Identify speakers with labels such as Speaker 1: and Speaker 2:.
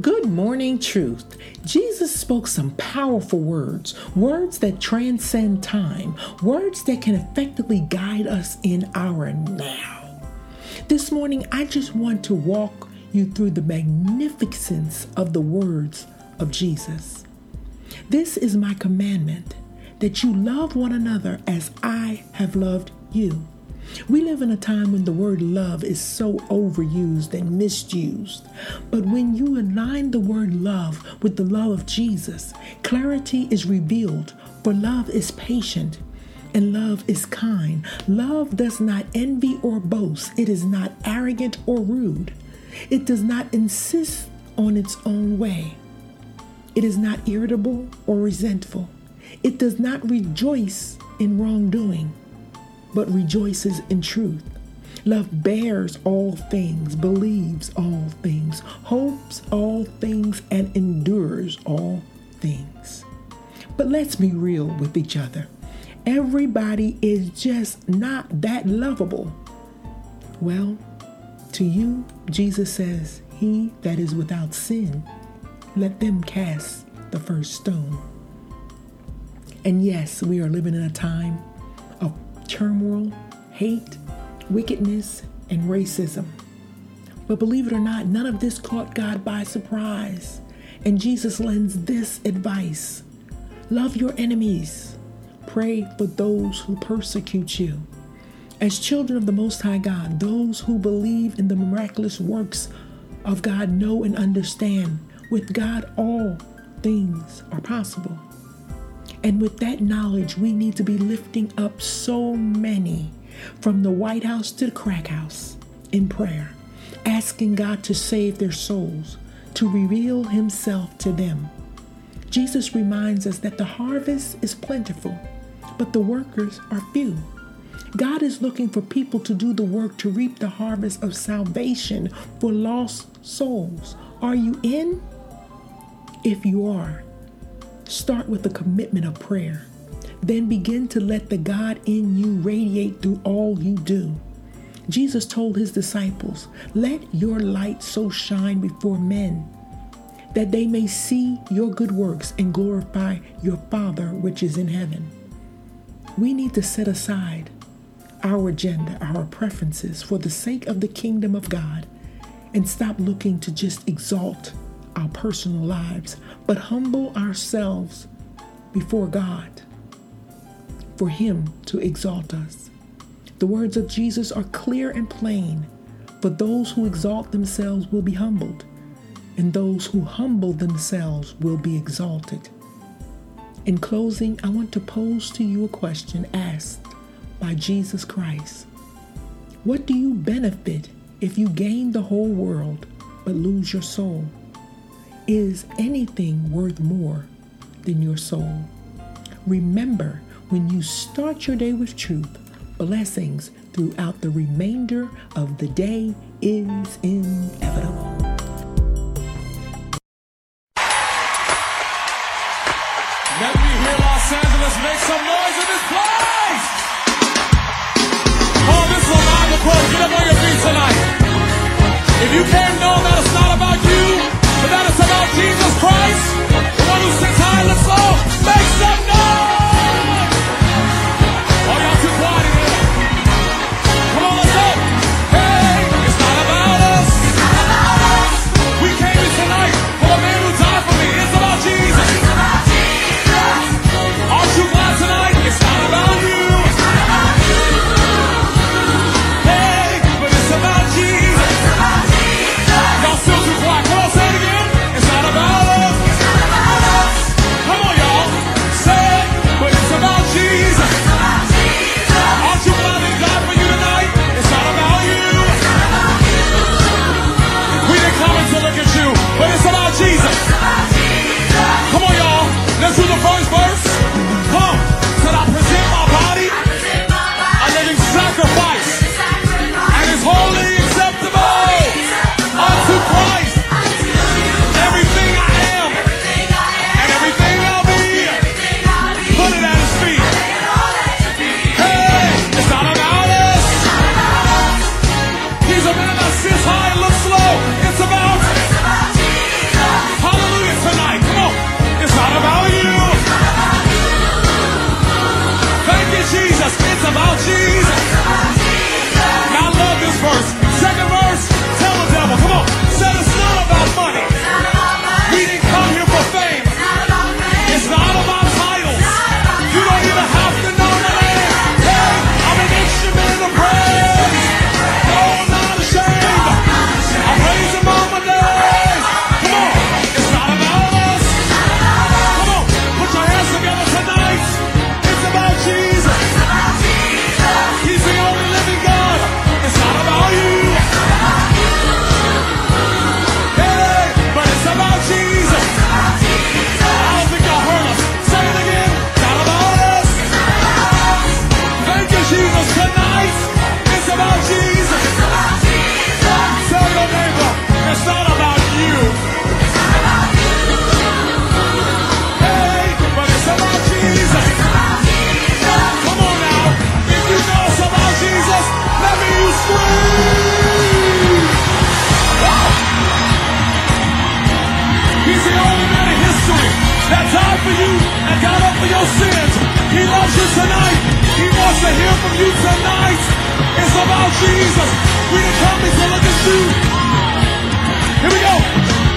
Speaker 1: Good morning, truth. Jesus spoke some powerful words, words that transcend time, words that can effectively guide us in our now. This morning, I just want to walk you through the magnificence of the words of Jesus. This is my commandment that you love one another as I have loved you. We live in a time when the word love is so overused and misused. But when you align the word love with the love of Jesus, clarity is revealed, for love is patient and love is kind. Love does not envy or boast, it is not arrogant or rude, it does not insist on its own way, it is not irritable or resentful, it does not rejoice in wrongdoing but rejoices in truth. Love bears all things, believes all things, hopes all things, and endures all things. But let's be real with each other. Everybody is just not that lovable. Well, to you, Jesus says, He that is without sin, let them cast the first stone. And yes, we are living in a time of turmoil, hate, wickedness, and racism. But believe it or not, none of this caught God by surprise. And Jesus lends this advice Love your enemies, pray for those who persecute you. As children of the Most High God, those who believe in the miraculous works of God know and understand with God all things are possible. And with that knowledge, we need to be lifting up so many from the White House to the crack house in prayer, asking God to save their souls, to reveal Himself to them. Jesus reminds us that the harvest is plentiful, but the workers are few. God is looking for people to do the work to reap the harvest of salvation for lost souls. Are you in? If you are, Start with a commitment of prayer. Then begin to let the God in you radiate through all you do. Jesus told his disciples, Let your light so shine before men that they may see your good works and glorify your Father which is in heaven. We need to set aside our agenda, our preferences for the sake of the kingdom of God and stop looking to just exalt our personal lives, but humble ourselves before God for Him to exalt us. The words of Jesus are clear and plain, for those who exalt themselves will be humbled, and those who humble themselves will be exalted. In closing, I want to pose to you a question asked by Jesus Christ What do you benefit if you gain the whole world but lose your soul? Is anything worth more than your soul? Remember, when you start your day with truth, blessings throughout the remainder of the day is inevitable.
Speaker 2: Let me hear Los Angeles make some noise in this place! Oh, this is a live approach. Get up on your feet tonight. If you can't know that it's not about you, but that it's about Jesus Christ, the one who sits high and looks low, make some noise! Oh, y'all too quiet in here. Come on, let's go. Hey, it's not about us. We came here tonight for a man who died for me. It's about Jesus. Aren't you glad tonight? It's not about you. Hey, but it's about Jesus. Y'all still too quiet. Come on, say it again. It's not about us. oh, the only man in history that died for you and got up for your sins. He loves you tonight. He wants to hear from you tonight. It's about Jesus. We didn't come here to look at you. Here we go.